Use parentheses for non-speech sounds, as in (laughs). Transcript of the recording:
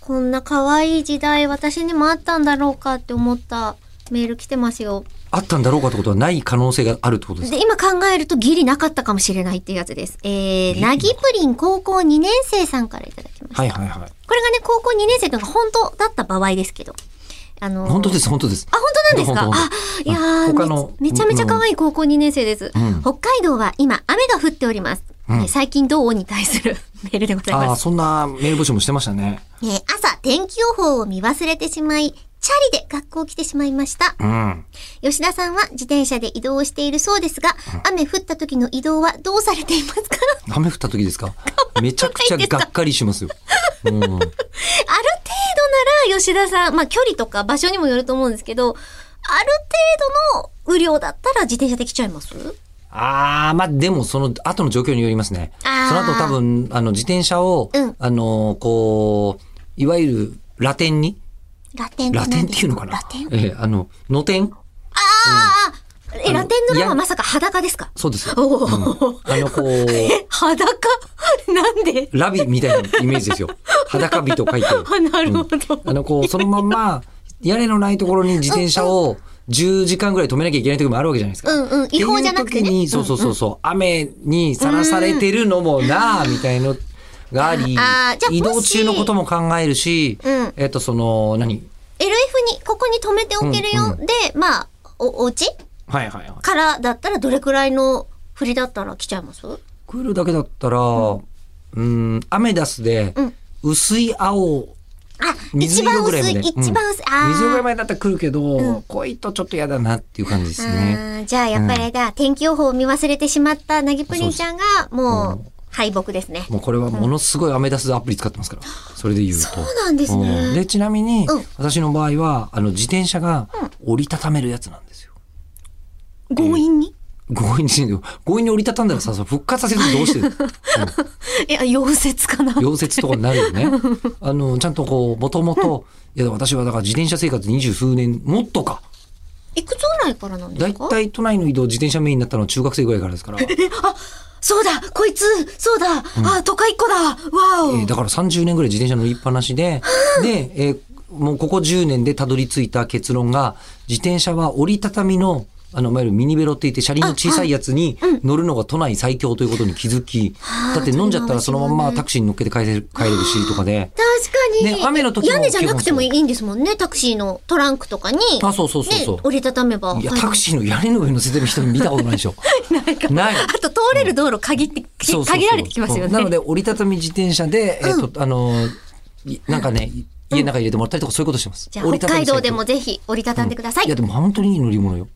こんな可愛い時代私にもあったんだろうかって思ったメール来てますよ。あったんだろうかってことはない可能性があるってことですかで、今考えるとギリなかったかもしれないっていうやつです。えー、なぎプリン高校2年生さんからいただきました。はいはいはい。これがね、高校2年生というのが本当だった場合ですけど。あのー本当です、本当です。あ、本当なん本ですかあ、いやうんー他のめ、めちゃめちゃ可愛い高校2年生です。うん北海道は今、雨が降っております。うんえ最近どうに対する (laughs) メールでございあまあ、す。そんなメール募集もしてましたね。えー朝、天気予報を見忘れてしまい、チャリで学校来てしまいました。うん。吉田さんは自転車で移動をしているそうですが、雨降った時の移動はどうされていますか (laughs) 雨降った時ですかめちゃくちゃがっかりしますよ。うん。ある程度なら吉田さん、まあ距離とか場所にもよると思うんですけど、ある程度の雨量だったら自転車で来ちゃいますああ、まあでもその後の状況によりますね。そあーの後多分、あの、自転車を、うんあの、こう、いわゆるラテンに、ラテンってラ何テンっていうのかなラテンええあの、のてんああ、あえ、のラテンのラやはまさか裸ですかそうですよ。おーあの、こう、え、裸 (laughs) なんでラビみたいなイメー (laughs) ジですよ。裸ビと書いて。あ、 (laughs) なるほど。あの、こう、そのまんま、屋根のないところに自転車を10時間ぐらい止めなきゃいけない時もあるわけじゃないですか。うんうん違法じゃなくてねっていう時に、そうそうそうそう、雨にさらされてるのもなあみたいのがありあーじゃあ、移動もし中のことも考えるしうん、えっと、その、何 LF に、ここに止めておけるうんよ。で、まあ、お、お家はいはいはい。からだったらどれくらいの振りだったら来ちゃいます来るだけだったら、うん、アメダスでうん、薄い青、あ、水一色番ぐらいま薄でい、一番薄い。あー水ぐらいまでだったら来るけうどん、濃いとちょっと嫌だなっていう感じですね。あーじゃあ、やっぱりあれだ、天気予報を見忘れてしまったなぎぷりんちゃんが、うもう、敗北ですね。もうこれはものすごいアメダスアプリ使ってますから、それで言うと。そうなんですうんね。でちなみに、うん私の場合はあの自転車が折りたためるやつなんですよ。強引に強引に強引に折りたたんだらさそう復活させてどうしてるうんいや、溶接かな。溶接とかになる (laughs) よね。あのちゃんとこうもともといや私はだから自転車生活二十数年もっとかいくつぐらいからなんでだすいかたい都内の移動自転車メインになったのは中学生ぐらいからですから、ええ、あ、そうだこいつそうだ、あ、都会っ子だわお、ーだから30年ぐらい自転車乗りっぱなしでで、えーもうここ10年でたどり着いた結論が自転車は折りたたみのあのいわゆるミニベロって言って車輪の小さいやつに乗るのが都内最強ということに気づき、だって飲んじゃったらそのまんまタクシーに乗っけて帰れる帰れるしとかで。確かに、ね雨の時も屋根じゃなくてもいいんですもんね。タクシーのトランクとかに、あ、そうそうそうねそう、。折りたためば。いや、タクシーの屋根の上に乗せてる人見たことないでしょ。 (laughs) ないかないあと、通れる道路限って、そうそうそう限られてきますよね。うんなので、折りたたみ自転車で、えっ、と、あのいなんかね、い家の中に入れてもらったりとかそういうことしてます。じゃあ、折り北たた海みサ道イクでルもぜひ折りたたんでください。いや、でも本当にいい乗り物よ。